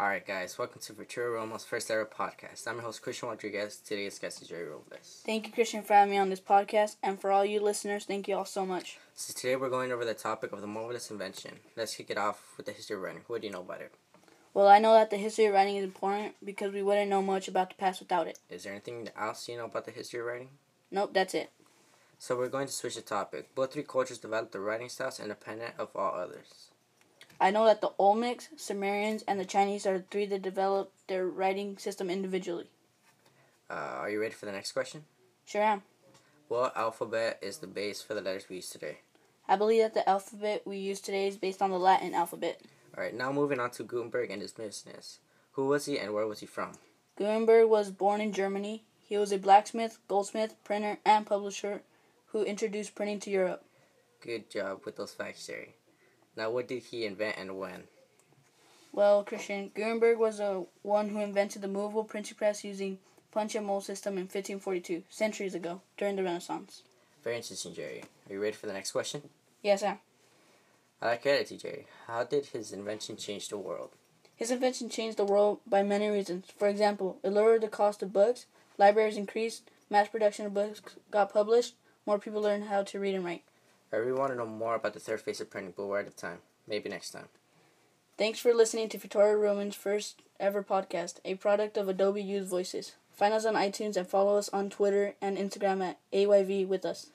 Alright, guys, welcome to Futuro Romo's first ever podcast. I'm your host, Christian Rodriguez. Today's guest is Jerry Robles. Thank you, Christian, for having me on this podcast. And for all you listeners, thank you all so much. So, today we're going over the topic of the marvelous invention. Let's kick it off with the history of running. What do you know about it? Well, I know that the history of writing is important because we wouldn't know much about the past without it. Is there anything else you know about the history of writing? Nope, that's it. So, we're going to switch the topic. Both three cultures developed their writing styles independent of all others. I know that the Olmecs, Sumerians, and the Chinese are the three that developed their writing system individually. Uh, are you ready for the next question? Sure am. What alphabet is the base for the letters we use today? I believe that the alphabet we use today is based on the Latin alphabet. Alright, now moving on to Gutenberg and his business. Who was he and where was he from? Gutenberg was born in Germany. He was a blacksmith, goldsmith, printer, and publisher who introduced printing to Europe. Good job with those facts, Jerry. Now, what did he invent and when? Well, Christian, Gutenberg was the one who invented the movable printing press using punch and mold system in 1542, centuries ago, during the Renaissance. Very interesting, Jerry. Are you ready for the next question? Yes, sir. I like your attitude, Jerry. How did his invention change the world? His invention changed the world by many reasons. For example, it lowered the cost of books, libraries increased, mass production of books got published, more people learned how to read and write. I really want to know more about the third phase of printing, but we're out of time. Maybe next time. Thanks for listening to Victoria Roman's first ever podcast, a product of Adobe Youth Voices. Find us on iTunes and follow us on Twitter and Instagram at AYV with us.